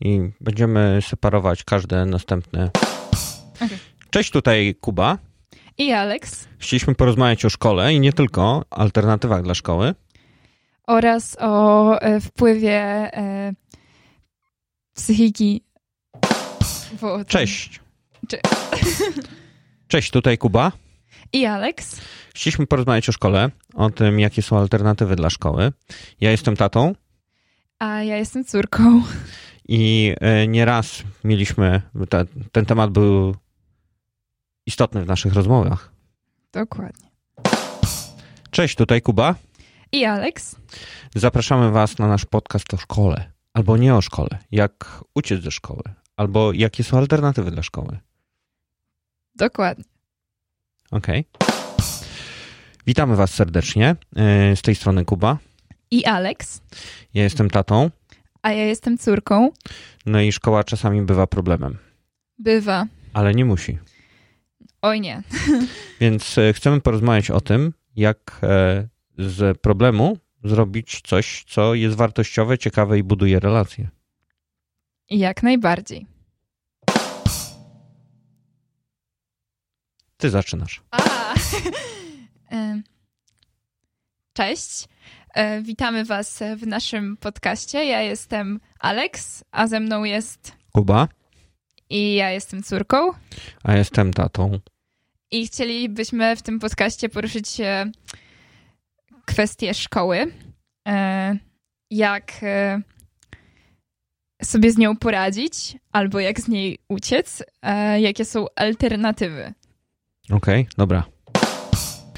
i będziemy separować każde następne. Cześć, tutaj Kuba. I Alex. Chcieliśmy porozmawiać o szkole i nie tylko, alternatywach dla szkoły. Oraz o e, wpływie e, psychiki. Bo tam- Cześć. Cze- Cześć, tutaj Kuba. I Alex. Chcieliśmy porozmawiać o szkole, o tym, jakie są alternatywy dla szkoły. Ja jestem tatą A ja jestem córką. i e, nieraz mieliśmy, te, ten temat był istotny w naszych rozmowach. Dokładnie. Cześć, tutaj Kuba. I Alex. Zapraszamy Was na nasz podcast o szkole, albo nie o szkole, jak uciec ze szkoły, albo jakie są alternatywy dla szkoły. Dokładnie. Okej. Witamy Was serdecznie. E, Z tej strony Kuba. I Alex. Ja jestem tatą, A ja jestem córką. no i szkoła czasami bywa problemem, Bywa. ale nie musi. Oj nie. Więc e, chcemy porozmawiać o tym, jak e, z problemu zrobić coś, co jest wartościowe, ciekawe i buduje relacje. Jak najbardziej. Ty zaczynasz. A. Em, Cześć. E, Witamy Was w naszym podcaście. Ja jestem Alex, a ze mną jest Kuba, i ja jestem córką. a jestem tatą. I chcielibyśmy w tym podcaście poruszyć e, kwestię szkoły. E, Jak e, sobie z nią poradzić, albo jak z niej uciec, e, jakie są alternatywy. Okej, dobra.